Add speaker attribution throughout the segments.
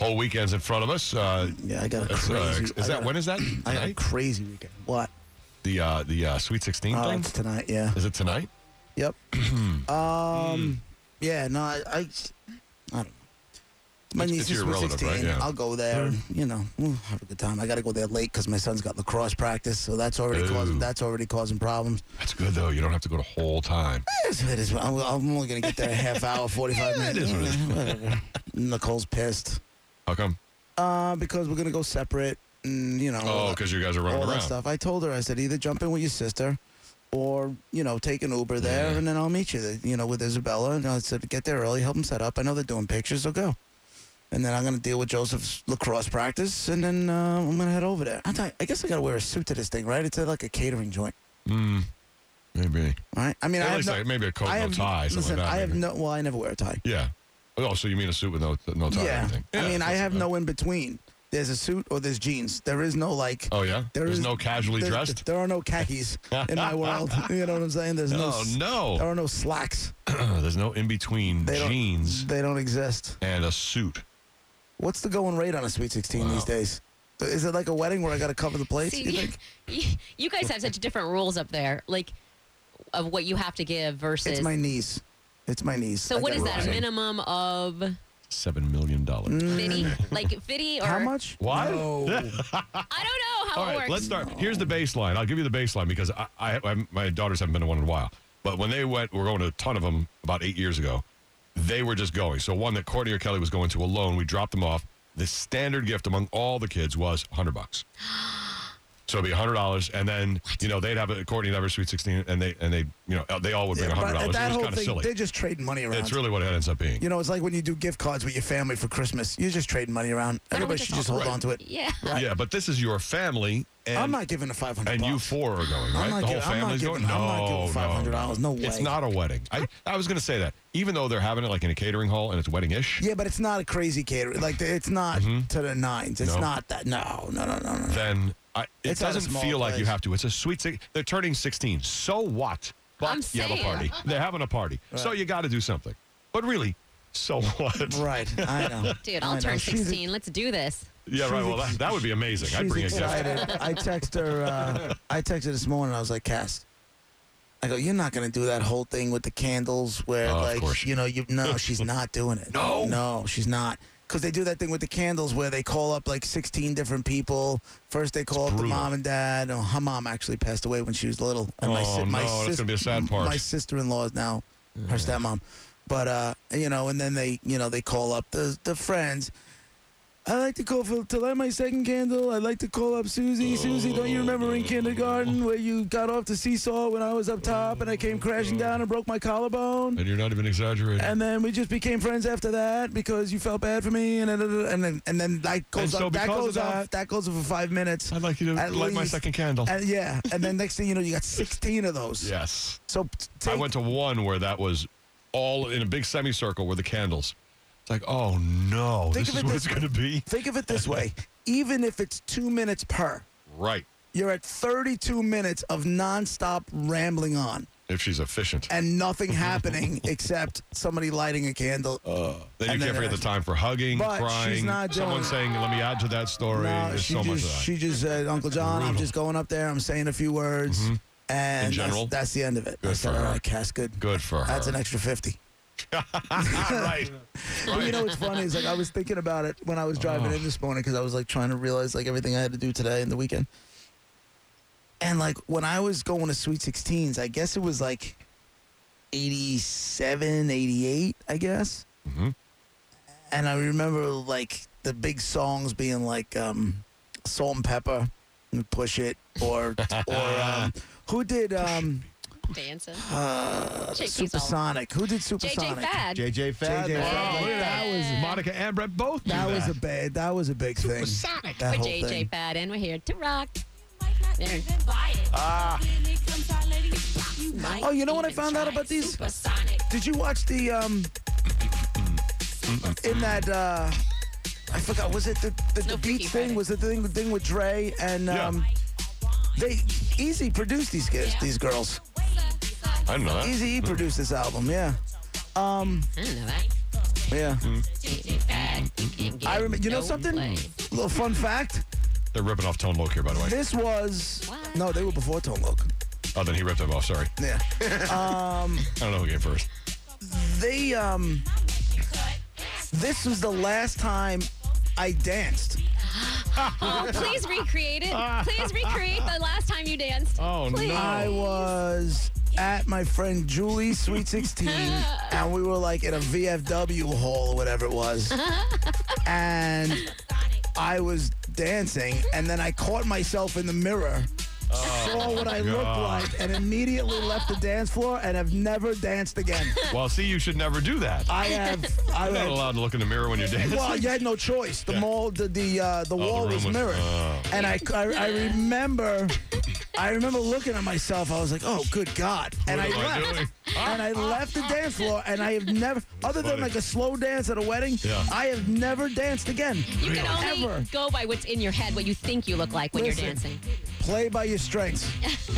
Speaker 1: whole weekend's in front of us. Uh,
Speaker 2: Yeah, I got a
Speaker 1: that's, uh,
Speaker 2: crazy.
Speaker 1: is
Speaker 2: I
Speaker 1: that
Speaker 2: got a-
Speaker 1: when is that?
Speaker 2: I got a
Speaker 1: Tonight?
Speaker 2: crazy weekend. What?
Speaker 1: the uh, the uh, Sweet Sixteen
Speaker 2: Oh,
Speaker 1: thing
Speaker 2: it's tonight. Yeah.
Speaker 1: is Hmm. it tonight?
Speaker 2: Yep. um. Yeah. No. I. I, I don't know.
Speaker 1: It's-
Speaker 2: My
Speaker 1: it's
Speaker 2: niece is
Speaker 1: your relative,
Speaker 2: 16.
Speaker 1: right? Yeah.
Speaker 2: I'll go there. and, You know, we'll have a good time. I got to go there late because my son's got lacrosse practice, so that's already
Speaker 1: Ooh.
Speaker 2: causing that's already causing problems.
Speaker 1: That's good though. You don't have to go the whole time.
Speaker 2: It's- it is- I'm I'm only gonna get there a half hour, forty five
Speaker 1: Yeah, it
Speaker 2: minutes.
Speaker 1: is what it is.
Speaker 2: Whatever. Nicole's pissed
Speaker 1: How come?
Speaker 2: uh, because we're gonna go separate. And, you know,
Speaker 1: Oh, because you guys are running
Speaker 2: all
Speaker 1: around.
Speaker 2: that stuff. I told her, I said, either jump in with your sister or, you know, take an Uber there
Speaker 1: Yeah.
Speaker 2: and then I'll meet you, there, you know, with Isabella. And I said, get there early, help them set up. I know they're doing pictures, so go. And then I'm going to deal with Joseph's lacrosse practice and then uh, I'm going to head over there. I, thought, I guess I got to wear a suit to this thing, right? It's uh, like a catering joint,
Speaker 1: Mm, maybe.
Speaker 2: right? I mean, I
Speaker 1: At
Speaker 2: have
Speaker 1: least
Speaker 2: no,
Speaker 1: like, maybe a coat,
Speaker 2: I
Speaker 1: no
Speaker 2: have,
Speaker 1: tie, something
Speaker 2: listen,
Speaker 1: like that.
Speaker 2: I have
Speaker 1: maybe.
Speaker 2: no, well, I never wear a tie.
Speaker 1: Yeah. Oh, so you mean a suit with no no tie? or
Speaker 2: yeah.
Speaker 1: anything.
Speaker 2: I
Speaker 1: Yeah,
Speaker 2: mean, I
Speaker 1: that's
Speaker 2: have
Speaker 1: not
Speaker 2: no in between. There's a suit or there's jeans. There is no like.
Speaker 1: bad. Oh yeah.
Speaker 2: There
Speaker 1: There's
Speaker 2: is-
Speaker 1: no casually
Speaker 2: there,
Speaker 1: dressed.
Speaker 2: There are no khakis in my world. You know what I'm saying? There's no.
Speaker 1: oh
Speaker 2: s- There
Speaker 1: no.
Speaker 2: are no slacks.
Speaker 1: There's no in between
Speaker 2: They don't-
Speaker 1: jeans
Speaker 2: They don't exist.
Speaker 1: and a suit.
Speaker 2: What's the going rate on a Sweet 16
Speaker 1: Wow.
Speaker 2: these days? Is it like a wedding where I got to cover the plates?
Speaker 3: See,
Speaker 2: you think?
Speaker 3: you, you guys have such different rules up there, like of what you have to give versus.
Speaker 2: It's my niece. It's my niece.
Speaker 3: so
Speaker 2: I
Speaker 3: what
Speaker 2: got
Speaker 3: is
Speaker 2: it.
Speaker 3: that? A
Speaker 1: Right.
Speaker 3: minimum of
Speaker 1: Seven million dollars.
Speaker 3: fifty, like fifty or
Speaker 2: Mm. How much?
Speaker 1: What?
Speaker 2: No.
Speaker 3: I don't know how
Speaker 1: All
Speaker 3: it
Speaker 1: right,
Speaker 3: works.
Speaker 1: let's start. Here's the baseline. I'll give you the baseline because I, I, I my daughters haven't been to one in a while. But when they went, we're going to a ton of them about eight years ago. They were just going. So one that Courtney or Kelly was going to alone, we dropped them off. The standard gift among all the kids was hundred bucks. So it'd be hundred dollars, and then you know they'd have a Courtney and have her sweet sixteen, and they and they you know they all would bring
Speaker 2: Yeah,
Speaker 1: hundred
Speaker 2: but
Speaker 1: dollars. It
Speaker 2: that
Speaker 1: was
Speaker 2: whole
Speaker 1: kind of
Speaker 2: thing,
Speaker 1: silly.
Speaker 2: they're just trading money around.
Speaker 1: It's really what it ends up being.
Speaker 2: you know, it's like when you do gift cards with your family for Christmas. You're just trading money around.
Speaker 3: Why don't we
Speaker 2: Everybody should just
Speaker 3: all-
Speaker 2: hold on to it.
Speaker 3: Yeah.
Speaker 1: yeah, but this is your family, and
Speaker 2: I'm not giving the 500
Speaker 1: and you
Speaker 2: bucks.
Speaker 1: four are going, right?
Speaker 2: I'm not
Speaker 1: the whole
Speaker 2: giving- I'm not
Speaker 1: family's
Speaker 2: giving-
Speaker 1: going.
Speaker 2: I'm not giving $500. No
Speaker 1: It's
Speaker 2: way.
Speaker 1: not a wedding. I, I was going to say that, even though they're having it like in a catering hall and it's wedding-ish,
Speaker 2: Yeah, but it's not a crazy catering. Like it's not to the nines. It's
Speaker 1: No.
Speaker 2: not that. No, no, no, no, no.
Speaker 1: then I, it
Speaker 2: It's not a
Speaker 1: doesn't
Speaker 2: small
Speaker 1: feel like you
Speaker 2: place.
Speaker 1: have to. It's a sweet. si- They're turning 16. So what? But
Speaker 3: I'm
Speaker 1: you have a
Speaker 3: saying.
Speaker 1: party. They're having a party, so you got to do something. But really, so what?
Speaker 2: Right. I know.
Speaker 3: Dude,
Speaker 2: I
Speaker 3: I'll
Speaker 2: know.
Speaker 3: turn
Speaker 2: She's-
Speaker 3: 16. Let's do this.
Speaker 1: Yeah, right.
Speaker 2: She's
Speaker 1: Well,
Speaker 2: ex-
Speaker 1: that, that would be amazing. I'd
Speaker 2: She's
Speaker 1: bring a gift.
Speaker 2: excited. I text her. Uh, I texted this morning. I was like, Cass. I go. You're not gonna do that whole thing with the candles, where
Speaker 1: Oh, of course.
Speaker 2: like you know you. No, she's not doing it.
Speaker 1: No?
Speaker 2: no, she's not. Because they do that thing with the candles where they call up like 16 different people. First they call up the
Speaker 1: brutal.
Speaker 2: mom and dad. Oh, her mom actually passed away when she was little. And my,
Speaker 1: Oh,
Speaker 2: si- my
Speaker 1: no, that's
Speaker 2: sis-
Speaker 1: gonna be a sad part.
Speaker 2: My sister-in-law is now her stepmom. But uh, you know, and then they you know they call up the the friends. I like to call for to light my second candle. I like to call up Susie. Susie, don't you remember in kindergarten where you got off the seesaw when I was up top and I came crashing down and broke my collarbone?
Speaker 1: And you're not even exaggerating.
Speaker 2: And then we just became friends after that because you felt bad for me. And then and then, and then that goes
Speaker 1: And so
Speaker 2: up. That
Speaker 1: because of
Speaker 2: goes up.
Speaker 1: that-
Speaker 2: That goes up for five minutes.
Speaker 1: I'd like you to light
Speaker 2: At
Speaker 1: my
Speaker 2: least-
Speaker 1: second candle.
Speaker 2: And yeah, and then next thing you know, you got sixteen of those.
Speaker 1: yes.
Speaker 2: So p-
Speaker 1: I
Speaker 2: take-
Speaker 1: went to one where that was all in a big semicircle were the candles. It's like, oh no, this
Speaker 2: Think of
Speaker 1: is
Speaker 2: it
Speaker 1: what
Speaker 2: this
Speaker 1: it's going to be.
Speaker 2: think of it this way: even if it's two minutes per,
Speaker 1: Right.
Speaker 2: you're at 32 minutes of nonstop rambling on
Speaker 1: If she's efficient.
Speaker 2: and nothing happening except somebody lighting a candle.
Speaker 1: then you
Speaker 2: and
Speaker 1: can't
Speaker 2: then-
Speaker 1: forget the time for hugging,
Speaker 2: But she's
Speaker 1: crying.
Speaker 2: not doing
Speaker 1: someone
Speaker 2: it.
Speaker 1: saying, let me add to that story.
Speaker 2: no,
Speaker 1: There's
Speaker 2: she
Speaker 1: so much of
Speaker 2: just
Speaker 1: that.
Speaker 2: she just said, Uncle John, I'm
Speaker 1: Brutal.
Speaker 2: just going up there. I'm saying a few words,
Speaker 1: Mm-hmm.
Speaker 2: and
Speaker 1: In
Speaker 2: that's-
Speaker 1: general?
Speaker 2: that's, the end of it. I
Speaker 1: Good
Speaker 2: said,
Speaker 1: for
Speaker 2: all
Speaker 1: her.
Speaker 2: right, Cass, good.
Speaker 1: Good for her.
Speaker 2: That's an extra 50.
Speaker 1: right.
Speaker 2: But you
Speaker 1: Right.
Speaker 2: know what's funny is like I was thinking about it when I was driving in this morning because I was like trying to realize like everything I had to do today and the weekend. And like when I was going to Sweet 16s, I guess it was like 87, 88, I guess.
Speaker 1: Mhm.
Speaker 2: And I remember like the big songs being like um, Salt and Pepper, and Push It, or or um, who did um,
Speaker 3: Dancing.
Speaker 2: uh,
Speaker 3: Check these
Speaker 2: Supersonic? Who did
Speaker 3: JJ
Speaker 2: Supersonic?
Speaker 3: Fad.
Speaker 4: JJ Fad.
Speaker 2: JJ
Speaker 4: man.
Speaker 1: Oh,
Speaker 2: Fad.
Speaker 1: look at that.
Speaker 3: Yeah.
Speaker 1: Monica and Brett both knew
Speaker 2: That
Speaker 1: that.
Speaker 2: was a bad. That was a big thing. That
Speaker 3: We're
Speaker 2: whole
Speaker 3: JJ
Speaker 2: thing.
Speaker 3: Fad, and we're here to rock. There.
Speaker 2: Oh, you know what I found out about these? Did you watch the um? In that uh, I forgot. Was it the the, the
Speaker 3: No Freaky
Speaker 2: beach
Speaker 3: Friday.
Speaker 2: thing? Was it the thing the thing with Dre and
Speaker 1: Yeah.
Speaker 2: um? They Easy produced these kids, these girls.
Speaker 1: I didn't know that.
Speaker 2: Easy E produced this album, yeah.
Speaker 3: I don't know that.
Speaker 2: Yeah. I
Speaker 3: I
Speaker 2: remember. You know something? Little fun fact.
Speaker 1: They're ripping off Tone Loc here, by the way.
Speaker 2: This was
Speaker 3: What?
Speaker 2: no, they were before Tone Look.
Speaker 1: Oh, then he ripped them off. Sorry.
Speaker 2: Yeah.
Speaker 1: I don't know who came first.
Speaker 2: they um. This was the last time I danced.
Speaker 3: Oh, please recreate it. Please recreate the last time you danced.
Speaker 1: Oh,
Speaker 3: please.
Speaker 1: no.
Speaker 2: I was at my friend Julie's Sweet 16, and we were like in a VFW hall or whatever it was. And I was dancing, and then I caught myself in the mirror, saw what I looked
Speaker 1: God.
Speaker 2: like, and immediately left the dance floor and have never danced again.
Speaker 1: Well, see, you should never do that.
Speaker 2: I have. I
Speaker 1: You're not
Speaker 2: have
Speaker 1: allowed to look in the mirror when you're dancing.
Speaker 2: well, you had no choice. The
Speaker 1: Yeah.
Speaker 2: mall, the the, uh, the wall
Speaker 1: room
Speaker 2: was
Speaker 1: was-
Speaker 2: mirrored,
Speaker 1: oh.
Speaker 2: and I, I I remember, I remember looking at myself. I was like, "Oh, good God!" And I
Speaker 1: am I
Speaker 2: left,
Speaker 1: doing?
Speaker 2: and I left the dance floor, and I have never, other than
Speaker 1: funny.
Speaker 2: like a slow dance at a wedding,
Speaker 1: Yeah.
Speaker 2: I have never danced again.
Speaker 3: You can only
Speaker 2: Ever.
Speaker 3: go by what's in your head, what you think you look like when
Speaker 2: Listen.
Speaker 3: you're dancing.
Speaker 2: Play by your strengths,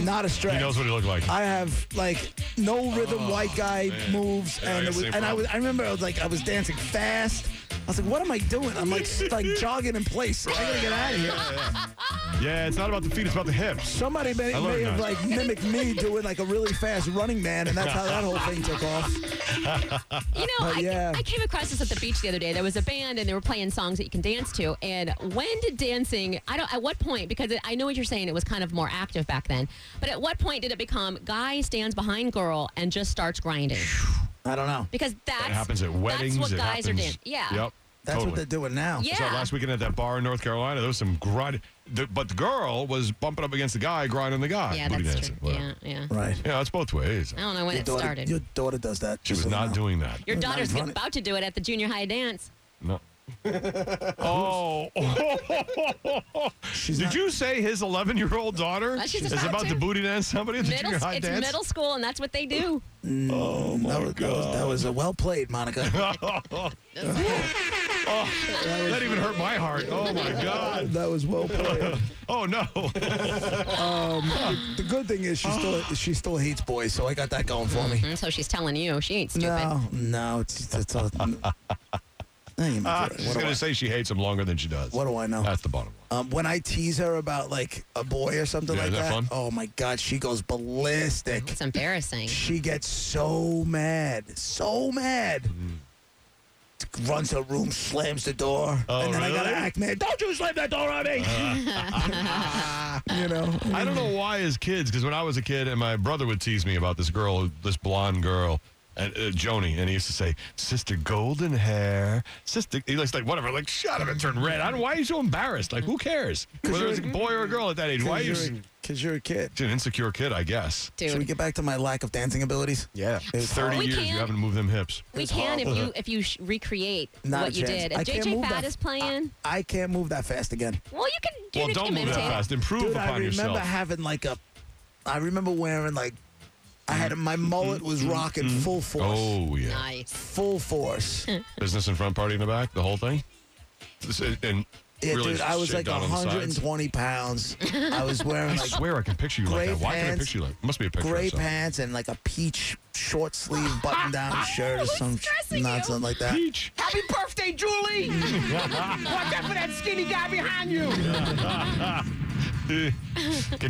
Speaker 2: not a strength.
Speaker 1: He knows what he looked like.
Speaker 2: I have like no rhythm, white guy
Speaker 1: man.
Speaker 2: moves,
Speaker 1: Yeah, I got
Speaker 2: and it
Speaker 1: the
Speaker 2: was,
Speaker 1: same
Speaker 2: and I was,
Speaker 1: problem.
Speaker 2: I remember I was like, I was dancing fast. I was like, what am I doing? I'm like, s- like jogging in place. I gotta get out of here.
Speaker 1: yeah, it's not about the feet, it's about the hips.
Speaker 2: Somebody may,
Speaker 1: I learned
Speaker 2: may have
Speaker 1: that.
Speaker 2: like mimicked me doing like a really fast running man, and that's how that whole thing took off.
Speaker 1: Uh,
Speaker 3: You know,
Speaker 2: But
Speaker 3: I,
Speaker 2: yeah.
Speaker 3: I came across this at the beach the other day. There was a band and they were playing songs that you can dance to. And when did dancing, I don't, at what point, because it, I know what you're saying, it was kind of more active back then, but at what point did it become guy stands behind girl and just starts grinding?
Speaker 2: I don't know.
Speaker 3: Because that's,
Speaker 1: It happens at weddings.
Speaker 3: that's what
Speaker 1: it
Speaker 3: guys are
Speaker 1: happens-
Speaker 3: doing. Yeah.
Speaker 1: Yep.
Speaker 2: That's
Speaker 1: totally.
Speaker 2: what they're doing now.
Speaker 3: Yeah.
Speaker 1: So last weekend at that bar in North Carolina, there was some grind. The, but the girl was bumping up against the guy, grinding the guy.
Speaker 3: Yeah,
Speaker 1: booty
Speaker 3: that's
Speaker 1: dancing,
Speaker 3: true.
Speaker 1: whatever.
Speaker 3: Yeah, yeah.
Speaker 2: Right.
Speaker 1: Yeah, it's both ways.
Speaker 3: I don't know when it
Speaker 2: daughter,
Speaker 3: started.
Speaker 2: Your daughter does that.
Speaker 1: She was not doing that.
Speaker 3: Your
Speaker 2: Not
Speaker 3: daughter's
Speaker 2: funny.
Speaker 3: about to do it at the junior high dance.
Speaker 1: No. oh.
Speaker 2: She's
Speaker 1: Did
Speaker 2: not-
Speaker 1: you say his 11 year old daughter
Speaker 3: Uh, she's
Speaker 1: is
Speaker 3: about
Speaker 1: about
Speaker 3: to.
Speaker 1: to booty dance somebody at the
Speaker 3: Middle,
Speaker 1: junior high
Speaker 3: it's
Speaker 1: dance?
Speaker 3: middle school, and that's what they do.
Speaker 2: Oh my that was, God. That was, that was a well played, Monica.
Speaker 1: That even hurt my heart. Oh my God.
Speaker 2: that was well played.
Speaker 1: Oh no.
Speaker 2: the good thing is she still she still hates boys, so I got that going for me.
Speaker 3: And so she's telling you she ain't Mm-hmm. stupid.
Speaker 2: No, no, it's it's all. I ain't
Speaker 1: Ah,
Speaker 2: even-
Speaker 1: She's
Speaker 2: what, do
Speaker 1: going
Speaker 2: I,
Speaker 1: to say she hates him longer than she does.
Speaker 2: what do I know?
Speaker 1: That's the bottom line.
Speaker 2: Um, when I tease her about like a boy or something
Speaker 1: Yeah,
Speaker 2: like
Speaker 1: is that
Speaker 2: that,
Speaker 1: fun?
Speaker 2: oh my god, she goes ballistic.
Speaker 3: It's embarrassing.
Speaker 2: She gets so mad, so mad. Runs her room, slams the door,
Speaker 1: Mm-hmm. Oh,
Speaker 2: and then I gotta
Speaker 1: really?
Speaker 2: act mad. Don't you slam that door on me!
Speaker 1: Uh-huh.
Speaker 2: you know,
Speaker 1: I don't know why as kids, because when I was a kid, and my brother would tease me about this girl, this blonde girl, and, uh, Joni, and he used to say, "Sister Golden Hair, Sister." He looks like whatever, like shut up and turn red. I don't, why are you so embarrassed? Like who cares? Whether it's a boy or a girl at that age, why are you?
Speaker 2: because
Speaker 1: s-
Speaker 2: you're, 'cause you're a kid.
Speaker 1: An insecure kid, I guess.
Speaker 2: Should we
Speaker 3: Dude,
Speaker 2: get back to my lack of dancing abilities?
Speaker 1: Yeah,
Speaker 2: It was
Speaker 1: thirty
Speaker 3: horrible. We
Speaker 1: years you
Speaker 3: can't-
Speaker 1: haven't moved them hips.
Speaker 3: we
Speaker 2: It's
Speaker 3: can if
Speaker 1: horrible.
Speaker 3: you if you sh- recreate
Speaker 2: Not a
Speaker 3: what you
Speaker 2: chance.
Speaker 3: did.
Speaker 2: I
Speaker 3: If
Speaker 2: can't
Speaker 3: JJ
Speaker 2: move
Speaker 3: Fad
Speaker 2: that- Uh,
Speaker 3: is playing,
Speaker 2: I can't move that fast again.
Speaker 3: well, you can.
Speaker 1: well,
Speaker 3: you
Speaker 1: don't
Speaker 3: can
Speaker 1: move that
Speaker 3: imitate.
Speaker 1: fast. Improve
Speaker 2: Dude,
Speaker 1: upon
Speaker 2: I remember
Speaker 1: yourself.
Speaker 2: having like a. I remember wearing like. I had my mullet was rocking full force.
Speaker 1: Mm-hmm. oh yeah,
Speaker 3: Nice.
Speaker 2: Full force.
Speaker 1: business in front, party in the back, the whole thing. This is- And
Speaker 2: Yeah,
Speaker 1: really
Speaker 2: dude, I was
Speaker 1: shake
Speaker 2: like
Speaker 1: down on the sides.
Speaker 2: 120 pounds. I was wearing
Speaker 1: I
Speaker 2: like
Speaker 1: swear I can picture you like
Speaker 2: Gray
Speaker 1: that. Why can I
Speaker 2: pants.
Speaker 1: picture you like? Must be a picture.
Speaker 2: gray
Speaker 1: or something.
Speaker 2: pants and like a peach short sleeve button down shirt or some sh-
Speaker 3: stressing
Speaker 2: nonsense like that.
Speaker 1: Peach.
Speaker 4: Happy birthday, Julie! Watch out for that skinny guy behind you!
Speaker 1: Get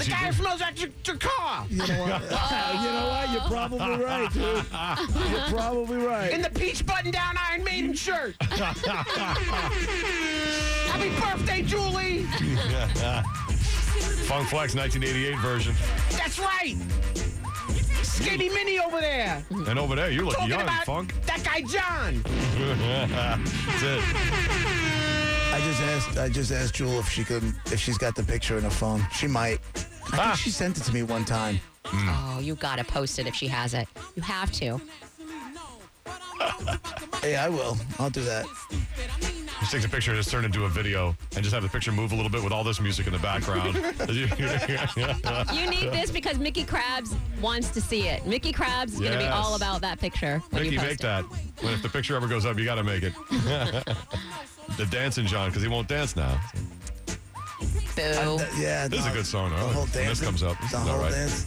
Speaker 4: The guy who flows out your, your car!
Speaker 2: You know what? you know what? You're probably right, dude. You're probably right.
Speaker 4: In the peach button-down Iron Maiden shirt! Happy birthday, Julie!
Speaker 1: Funk Flex 1988 version.
Speaker 4: That's right! Skinny Minnie over there!
Speaker 1: And over there, you look
Speaker 4: Talking
Speaker 1: young,
Speaker 4: about
Speaker 1: Funk.
Speaker 4: that guy John!
Speaker 1: That's it.
Speaker 2: I just asked. I just asked Jewel if she could, if she's got the picture in her phone. She might. I
Speaker 1: Ah.
Speaker 2: think she sent it to me one time.
Speaker 1: Mm.
Speaker 3: Oh, you gotta post it if she has it. You have to.
Speaker 2: Hey, I will. I'll do that.
Speaker 1: Just takes a picture and just turn it into a video and just have the picture move a little bit with all this music in the background.
Speaker 3: You need this because Mickey Krabs wants to see it. Mickey Krabs is gonna be
Speaker 1: Yes.
Speaker 3: all about that picture when
Speaker 1: Mickey,
Speaker 3: you post
Speaker 1: make
Speaker 3: it.
Speaker 1: that. When if the picture ever goes up, you got to make it. the dancing John, because he won't dance now.
Speaker 3: Boo.
Speaker 2: Th- Uh, yeah.
Speaker 1: This is
Speaker 2: no,
Speaker 1: a good song,
Speaker 2: The
Speaker 1: though.
Speaker 2: whole
Speaker 1: When
Speaker 2: dance.
Speaker 1: this comes up,
Speaker 2: The
Speaker 1: all
Speaker 2: whole
Speaker 1: right.
Speaker 2: dance.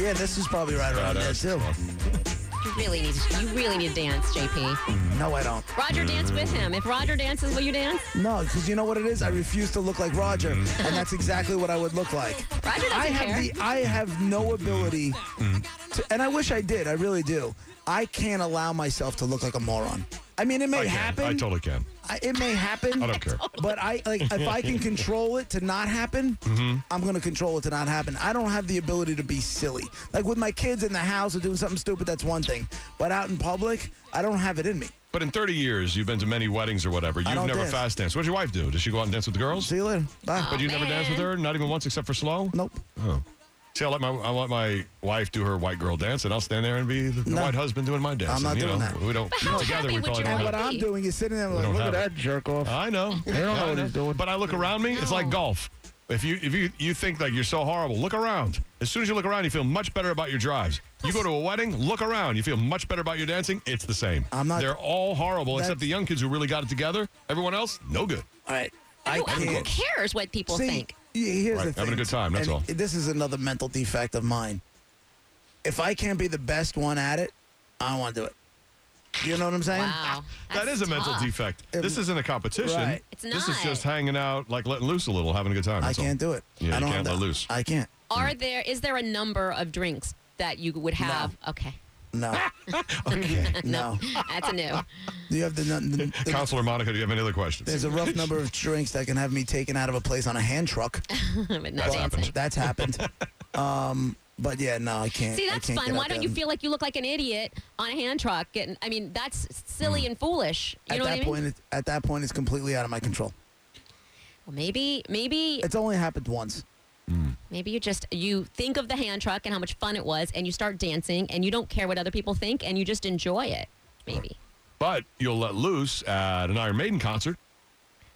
Speaker 2: Yeah, this is probably right around there
Speaker 1: Badass.
Speaker 2: too.
Speaker 1: Well,
Speaker 3: really need to, you really need to dance, JP.
Speaker 2: No, I don't.
Speaker 3: Roger danced with him. If Roger dances, will you dance?
Speaker 2: No, because you know what it is? I refuse to look like Roger,
Speaker 1: Mm.
Speaker 2: and that's exactly what I would look like.
Speaker 3: Roger doesn't
Speaker 2: I
Speaker 3: care.
Speaker 2: have the I have no ability
Speaker 1: Mm.
Speaker 2: to, and I wish I did. I really do. I can't allow myself to look like a moron. I mean, it may
Speaker 1: I can.
Speaker 2: happen.
Speaker 1: I totally can.
Speaker 2: I- it may happen.
Speaker 1: I don't care.
Speaker 2: But I like if I can control it to not happen,
Speaker 1: Mm-hmm.
Speaker 2: I'm gonna control it to not happen. I don't have the ability to be silly. Like with my kids in the house or doing something stupid, that's one thing. But out in public, I don't have it in me.
Speaker 1: But in 30 years, you've been to many weddings or whatever. You've
Speaker 2: don't
Speaker 1: never
Speaker 2: dance.
Speaker 1: fast danced. What'd your wife do? Does she go out and dance with the girls?
Speaker 2: See you later. Bye.
Speaker 1: But you never
Speaker 3: man.
Speaker 1: danced with her, not even once, except for slow.
Speaker 2: nope.
Speaker 1: Oh. See, I let my I let my wife do her white girl dance, and I'll stand there and be the, the
Speaker 2: No.
Speaker 1: white husband doing my dance.
Speaker 2: I'm not
Speaker 1: and, you
Speaker 2: doing
Speaker 1: know,
Speaker 2: that.
Speaker 1: We don't
Speaker 3: But how
Speaker 1: together.
Speaker 3: happy
Speaker 1: We
Speaker 3: would
Speaker 1: probably
Speaker 3: your
Speaker 1: don't
Speaker 2: And
Speaker 3: wife
Speaker 1: have
Speaker 2: what I'm doing is sitting there like,
Speaker 1: don't
Speaker 2: look at
Speaker 1: have it.
Speaker 2: that jerk off.
Speaker 1: I know. They
Speaker 2: don't know what he's doing.
Speaker 1: But I look around me. It's like
Speaker 3: No.
Speaker 1: golf. If you if you you think like you're so horrible, look around. As soon as you look around, you feel much better about your drives. You go to a wedding, look around, you feel much better about your dancing. It's the same.
Speaker 2: I'm not-
Speaker 1: They're all horrible except
Speaker 2: That's-
Speaker 1: the young kids who really got it together. Everyone else, no good.
Speaker 2: All right. I
Speaker 3: Who- who
Speaker 2: can't.
Speaker 3: cares what people
Speaker 2: See,
Speaker 3: think?
Speaker 2: y- here's
Speaker 1: Right,
Speaker 2: the thing.
Speaker 1: having a good time, that's
Speaker 2: and
Speaker 1: all.
Speaker 2: This is another mental defect of mine. If I can't be the best one at it, I don't want to do it. You know what I'm saying?
Speaker 3: Wow.
Speaker 1: That
Speaker 3: that's
Speaker 1: is a mental
Speaker 3: tough.
Speaker 1: defect. This isn't a competition.
Speaker 2: Right.
Speaker 3: It's
Speaker 1: This is
Speaker 3: not.
Speaker 1: just hanging out, like letting loose a little, having a good time.
Speaker 2: I
Speaker 1: that's all.
Speaker 2: can't do it.
Speaker 1: Yeah,
Speaker 2: I
Speaker 1: you
Speaker 2: don't
Speaker 1: can't
Speaker 2: have
Speaker 1: let
Speaker 2: the-
Speaker 1: loose.
Speaker 2: I can't.
Speaker 3: Are there is there a number of drinks that you would have? Okay.
Speaker 2: No.
Speaker 1: Okay.
Speaker 2: no.
Speaker 3: That's a new.
Speaker 2: Do you have the, the, the-
Speaker 1: Counselor Monica, do you have any other questions?
Speaker 2: There's a rough number of drinks that can have me taken out of a place on a hand truck.
Speaker 3: but not
Speaker 1: That's
Speaker 3: dancing.
Speaker 1: happened.
Speaker 2: That's happened. um, but yeah, no, I can't.
Speaker 3: See,
Speaker 2: I
Speaker 3: that's
Speaker 2: can't
Speaker 3: fun.
Speaker 2: get
Speaker 3: Why
Speaker 2: out
Speaker 3: don't
Speaker 2: there.
Speaker 3: you feel like you look like an idiot on a hand truck? Getting, I mean, that's silly and foolish. You
Speaker 2: Mm. At
Speaker 3: know
Speaker 2: that
Speaker 3: what I mean?
Speaker 2: point, it, at that point, it's completely out of my control.
Speaker 3: well, maybe, maybe,
Speaker 2: It's only happened once.
Speaker 3: maybe you just you think of the hand truck and how much fun it was, and you start dancing, and you don't care what other people think, and you just enjoy it. Maybe.
Speaker 1: But you'll let loose at an Iron Maiden concert,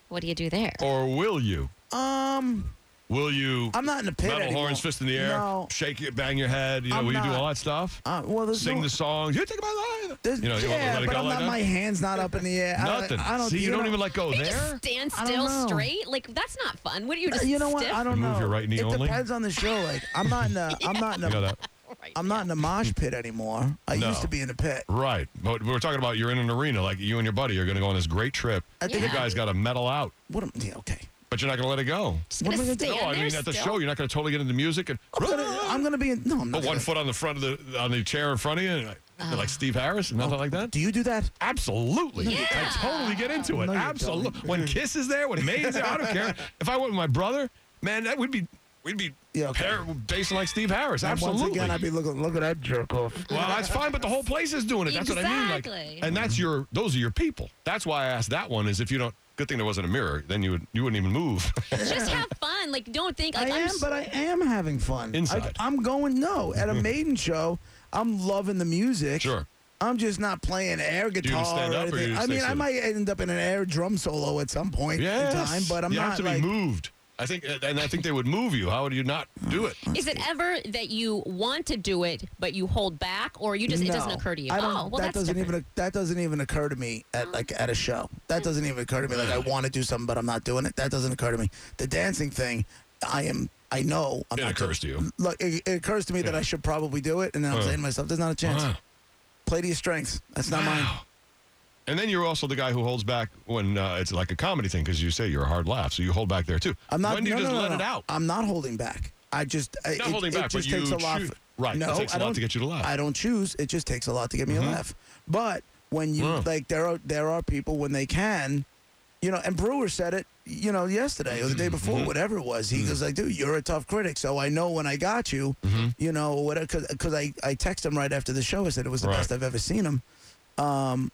Speaker 3: What do you do there?
Speaker 1: or will you?
Speaker 2: Um,
Speaker 1: Will you?
Speaker 2: I'm not in the pit
Speaker 1: Metal
Speaker 2: anymore.
Speaker 1: horns, fist in the air,
Speaker 2: No.
Speaker 1: shake it, bang your head. You know,
Speaker 2: I'm
Speaker 1: will you do
Speaker 2: not.
Speaker 1: all that stuff?
Speaker 2: Uh, well, there's
Speaker 1: Sing
Speaker 2: no,
Speaker 1: the songs. You take my life.
Speaker 2: there's-
Speaker 1: You know, you won't
Speaker 2: yeah,
Speaker 1: let it
Speaker 2: but
Speaker 1: go
Speaker 2: I'm
Speaker 1: like
Speaker 2: not.
Speaker 1: that?
Speaker 2: My hands not up in the air. I don't-
Speaker 1: Nothing.
Speaker 2: I don't.
Speaker 1: See, you,
Speaker 2: know-
Speaker 1: don't even let go
Speaker 3: you
Speaker 1: there.
Speaker 3: just stand
Speaker 2: I don't
Speaker 3: still
Speaker 2: know.
Speaker 3: straight. Like that's not fun. What are you
Speaker 2: Uh,
Speaker 3: just?
Speaker 2: You know what?
Speaker 3: stiff?
Speaker 2: I don't
Speaker 1: You move
Speaker 2: know.
Speaker 1: your right knee
Speaker 2: it
Speaker 1: only?
Speaker 2: depends on the show. Like I'm not in a. am not in
Speaker 1: You know
Speaker 2: a.
Speaker 1: that?
Speaker 3: Right.
Speaker 2: I'm not in a mosh pit anymore. I
Speaker 1: No.
Speaker 2: used to be in a pit.
Speaker 1: Right. But we're talking about you're in an arena, like you and your buddy are going to go on this great trip.
Speaker 2: I think
Speaker 1: You
Speaker 3: Yeah.
Speaker 1: guys got to medal out,
Speaker 2: What am? Yeah, okay.
Speaker 1: but you're not going to let it go.
Speaker 3: Just gonna
Speaker 2: what am I gonna do?
Speaker 3: stand
Speaker 1: No, I
Speaker 3: there
Speaker 1: mean at the
Speaker 3: still.
Speaker 1: show, you're not going to totally get into music and
Speaker 2: I'm gonna, I'm gonna be in. No, I'm not.
Speaker 1: put one
Speaker 2: gonna-
Speaker 1: foot on the front of the on the chair in front of you, and, like-
Speaker 3: Uh-huh.
Speaker 1: like Steve Harris, and nothing like that.
Speaker 2: Do you do that?
Speaker 1: Absolutely.
Speaker 3: Oh. Yeah.
Speaker 1: I totally get into it.
Speaker 2: No, you
Speaker 1: Absolutely. When Kiss is there, when May is there, I don't care. If I went with my brother, man, that would be we'd be
Speaker 2: Yeah, okay.
Speaker 1: pair, based like Steve Harris.
Speaker 2: And
Speaker 1: Absolutely.
Speaker 2: Once again, I'd be looking. Look at that jerk off.
Speaker 1: well, that's fine, but the whole place is doing it. That's what I mean.
Speaker 3: Exactly.
Speaker 1: Like, and that's your those are your people. That's why I asked that one is if you don't good thing there wasn't a mirror, then you would you wouldn't even move.
Speaker 3: Just have fun. Like don't think. Like,
Speaker 2: I
Speaker 3: I'm
Speaker 2: am,
Speaker 3: s-
Speaker 2: but I am having fun.
Speaker 1: Inside.
Speaker 2: I, am going no at a maiden show. I'm loving the music.
Speaker 1: Sure.
Speaker 2: I'm just not playing air
Speaker 1: gonna
Speaker 2: guitar
Speaker 1: stand
Speaker 2: or
Speaker 1: up or you
Speaker 2: anything.
Speaker 1: gonna
Speaker 2: I
Speaker 1: stay
Speaker 2: mean, I
Speaker 1: sitting?
Speaker 2: might end up in an air drum solo at some point in time,
Speaker 1: yes.
Speaker 2: but I'm
Speaker 1: you
Speaker 2: not
Speaker 1: have to
Speaker 2: like
Speaker 1: be moved. I think uh, and I think they would move you. How would you not do it?
Speaker 3: Is it ever that you want to do it but you hold back, or you just it doesn't
Speaker 2: No.
Speaker 3: occur to you?
Speaker 2: I don't,
Speaker 3: oh, well,
Speaker 2: that
Speaker 3: that's
Speaker 2: doesn't
Speaker 3: different. Oh.
Speaker 2: even that doesn't even occur to me at like at a show. That doesn't even occur to me. Like I want to do something, but I'm not doing it. That doesn't occur to me. The dancing thing, I am. I know. I'm
Speaker 1: It
Speaker 2: not
Speaker 1: occurs to you.
Speaker 2: Look, it, it occurs to me that
Speaker 1: Yeah.
Speaker 2: I should probably do it, and then I'm
Speaker 1: Huh.
Speaker 2: saying to myself, "There's not a chance.
Speaker 1: Huh.
Speaker 2: Play to your strengths. That's not mine."
Speaker 1: Wow. And then you're also the guy who holds back when uh, it's like a comedy thing because you say you're a hard laugh, so you hold back there too.
Speaker 2: I'm not.
Speaker 1: When do you
Speaker 2: no,
Speaker 1: just
Speaker 2: no, no,
Speaker 1: let
Speaker 2: no.
Speaker 1: it out?
Speaker 2: I'm not holding back. I just I-
Speaker 1: Not
Speaker 2: it,
Speaker 1: holding
Speaker 2: it
Speaker 1: back, but
Speaker 2: just takes
Speaker 1: you
Speaker 2: a lot.
Speaker 1: choo-
Speaker 2: for-
Speaker 1: right, it
Speaker 2: No,
Speaker 1: takes a
Speaker 2: I
Speaker 1: lot to
Speaker 2: don't-
Speaker 1: get you to laugh. Mm-hmm.
Speaker 2: I don't choose. It just takes a lot to get me to laugh. But when you
Speaker 1: Yeah.
Speaker 2: like, there are there are people when they can, you know. And Brewer said it, you know, yesterday or the day before,
Speaker 1: Mm-hmm.
Speaker 2: whatever it was. He goes like, "Dude, you're a tough critic, so I know when I got you,
Speaker 1: Mm-hmm.
Speaker 2: you know, whatever." Because I I text him right after the show. I said it was the
Speaker 1: Right.
Speaker 2: best I've ever seen him. Um,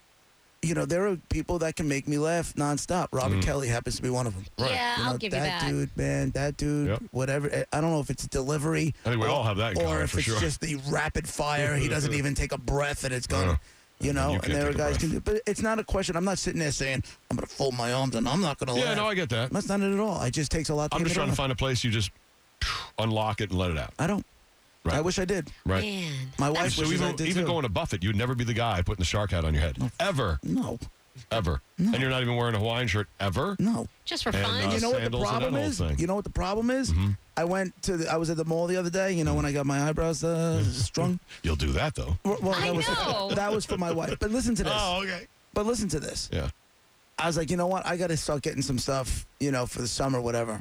Speaker 2: you know, there are people that can make me laugh nonstop. Robert Kelly happens to be one of them.
Speaker 1: Mm. Right.
Speaker 3: Yeah,
Speaker 2: You know,
Speaker 3: I'll give you that.
Speaker 2: dude, man, that dude,
Speaker 1: Yep.
Speaker 2: whatever. eh, I- I don't know if it's delivery.
Speaker 1: I think we
Speaker 2: or-
Speaker 1: all have that in common,
Speaker 2: Or if
Speaker 1: for
Speaker 2: it's
Speaker 1: sure.
Speaker 2: just the rapid fire. He doesn't even take a breath and it's gone.
Speaker 1: Uh,
Speaker 2: you know,
Speaker 1: you
Speaker 2: and
Speaker 1: can't
Speaker 2: there are
Speaker 1: take a
Speaker 2: guys
Speaker 1: breath.
Speaker 2: can do But it's not a question. I'm not sitting there saying, I'm going to fold my arms and I'm not going to
Speaker 1: Yeah,
Speaker 2: laugh.
Speaker 1: no, I get that.
Speaker 2: That's not it at all. It just takes a lot to
Speaker 1: I'm
Speaker 2: get
Speaker 1: just
Speaker 2: it
Speaker 1: trying to
Speaker 2: off.
Speaker 1: find a place you just unlock it and let it out.
Speaker 2: I don't.
Speaker 1: Right.
Speaker 2: I wish I did.
Speaker 1: Right.
Speaker 3: Man.
Speaker 2: My wife
Speaker 1: So
Speaker 2: wishes I
Speaker 1: even
Speaker 2: did
Speaker 1: even
Speaker 2: too.
Speaker 1: going to Buffett, you'd never be the guy putting the shark hat on your head ever.
Speaker 2: No.
Speaker 1: ever. And you're not even wearing a Hawaiian shirt ever.
Speaker 2: No.
Speaker 3: Just for
Speaker 1: And,
Speaker 3: fun.
Speaker 1: uh,
Speaker 2: you know what
Speaker 1: sandals
Speaker 2: the
Speaker 1: and that
Speaker 2: problem
Speaker 1: whole
Speaker 2: is?
Speaker 1: thing. Mm-hmm.
Speaker 2: You know what the problem is? I went to the, I was at the mall the other day. You know when I got my eyebrows uh,
Speaker 1: Mm-hmm.
Speaker 2: strung.
Speaker 1: You'll do that though.
Speaker 2: Well,
Speaker 3: I
Speaker 2: that was
Speaker 3: know.
Speaker 2: that was for my wife. But listen to this.
Speaker 1: Oh, okay.
Speaker 2: But listen to this.
Speaker 1: Yeah.
Speaker 2: I was like, you know what? I got to start getting some stuff, you know, for the summer, whatever.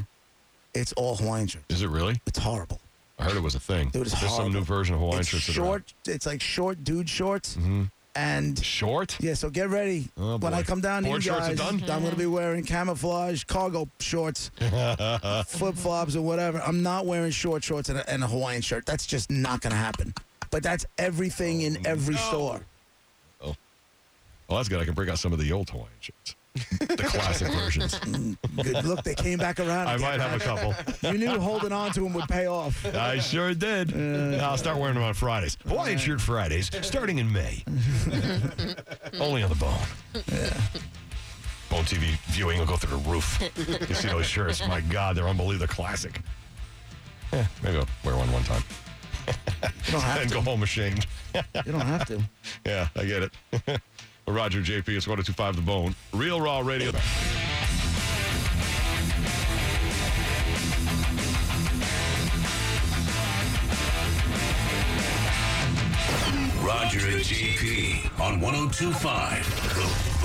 Speaker 2: It's all Hawaiian shirts.
Speaker 1: Is it really?
Speaker 2: It's horrible.
Speaker 1: I heard it was a thing.
Speaker 2: Dude, it's
Speaker 1: There's some
Speaker 2: horrible.
Speaker 1: new version of Hawaiian
Speaker 2: it's
Speaker 1: shirts. that are
Speaker 2: short. It's like short dude shorts.
Speaker 1: out.
Speaker 2: And
Speaker 1: Short.
Speaker 2: yeah, so get ready.
Speaker 1: Oh,
Speaker 2: when
Speaker 1: boy.
Speaker 2: I come down, to
Speaker 1: Board
Speaker 2: you
Speaker 1: shorts are
Speaker 2: guys,
Speaker 1: done?
Speaker 2: I'm going to be wearing camouflage cargo shorts, flip flops, or whatever. I'm not wearing short shorts and a, and a Hawaiian shirt. That's just not going to happen. But that's everything in
Speaker 1: Oh,
Speaker 2: every store.
Speaker 1: Well, that's good. I can bring out some of the old Hawaiian shirts, the classic versions.
Speaker 2: Good look, they came back around.
Speaker 1: I
Speaker 2: again,
Speaker 1: might have a
Speaker 2: man.
Speaker 1: couple.
Speaker 2: You knew holding on to them would pay off.
Speaker 1: I sure did. I'll start wearing them on Fridays. Hawaiian shirt Fridays, starting in May. Only on the bone. Bone TV viewing will go through the roof. you see those shirts? My God, they're unbelievable. They're classic. Eh, maybe I'll wear one one time
Speaker 2: You don't have
Speaker 1: and go
Speaker 2: to.
Speaker 1: home ashamed.
Speaker 2: You don't have to.
Speaker 1: Yeah, I get it. Well, Roger JP, it's 1025 The Bone. Real Raw Radio.
Speaker 5: Roger and JP on 1025 The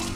Speaker 5: Bone.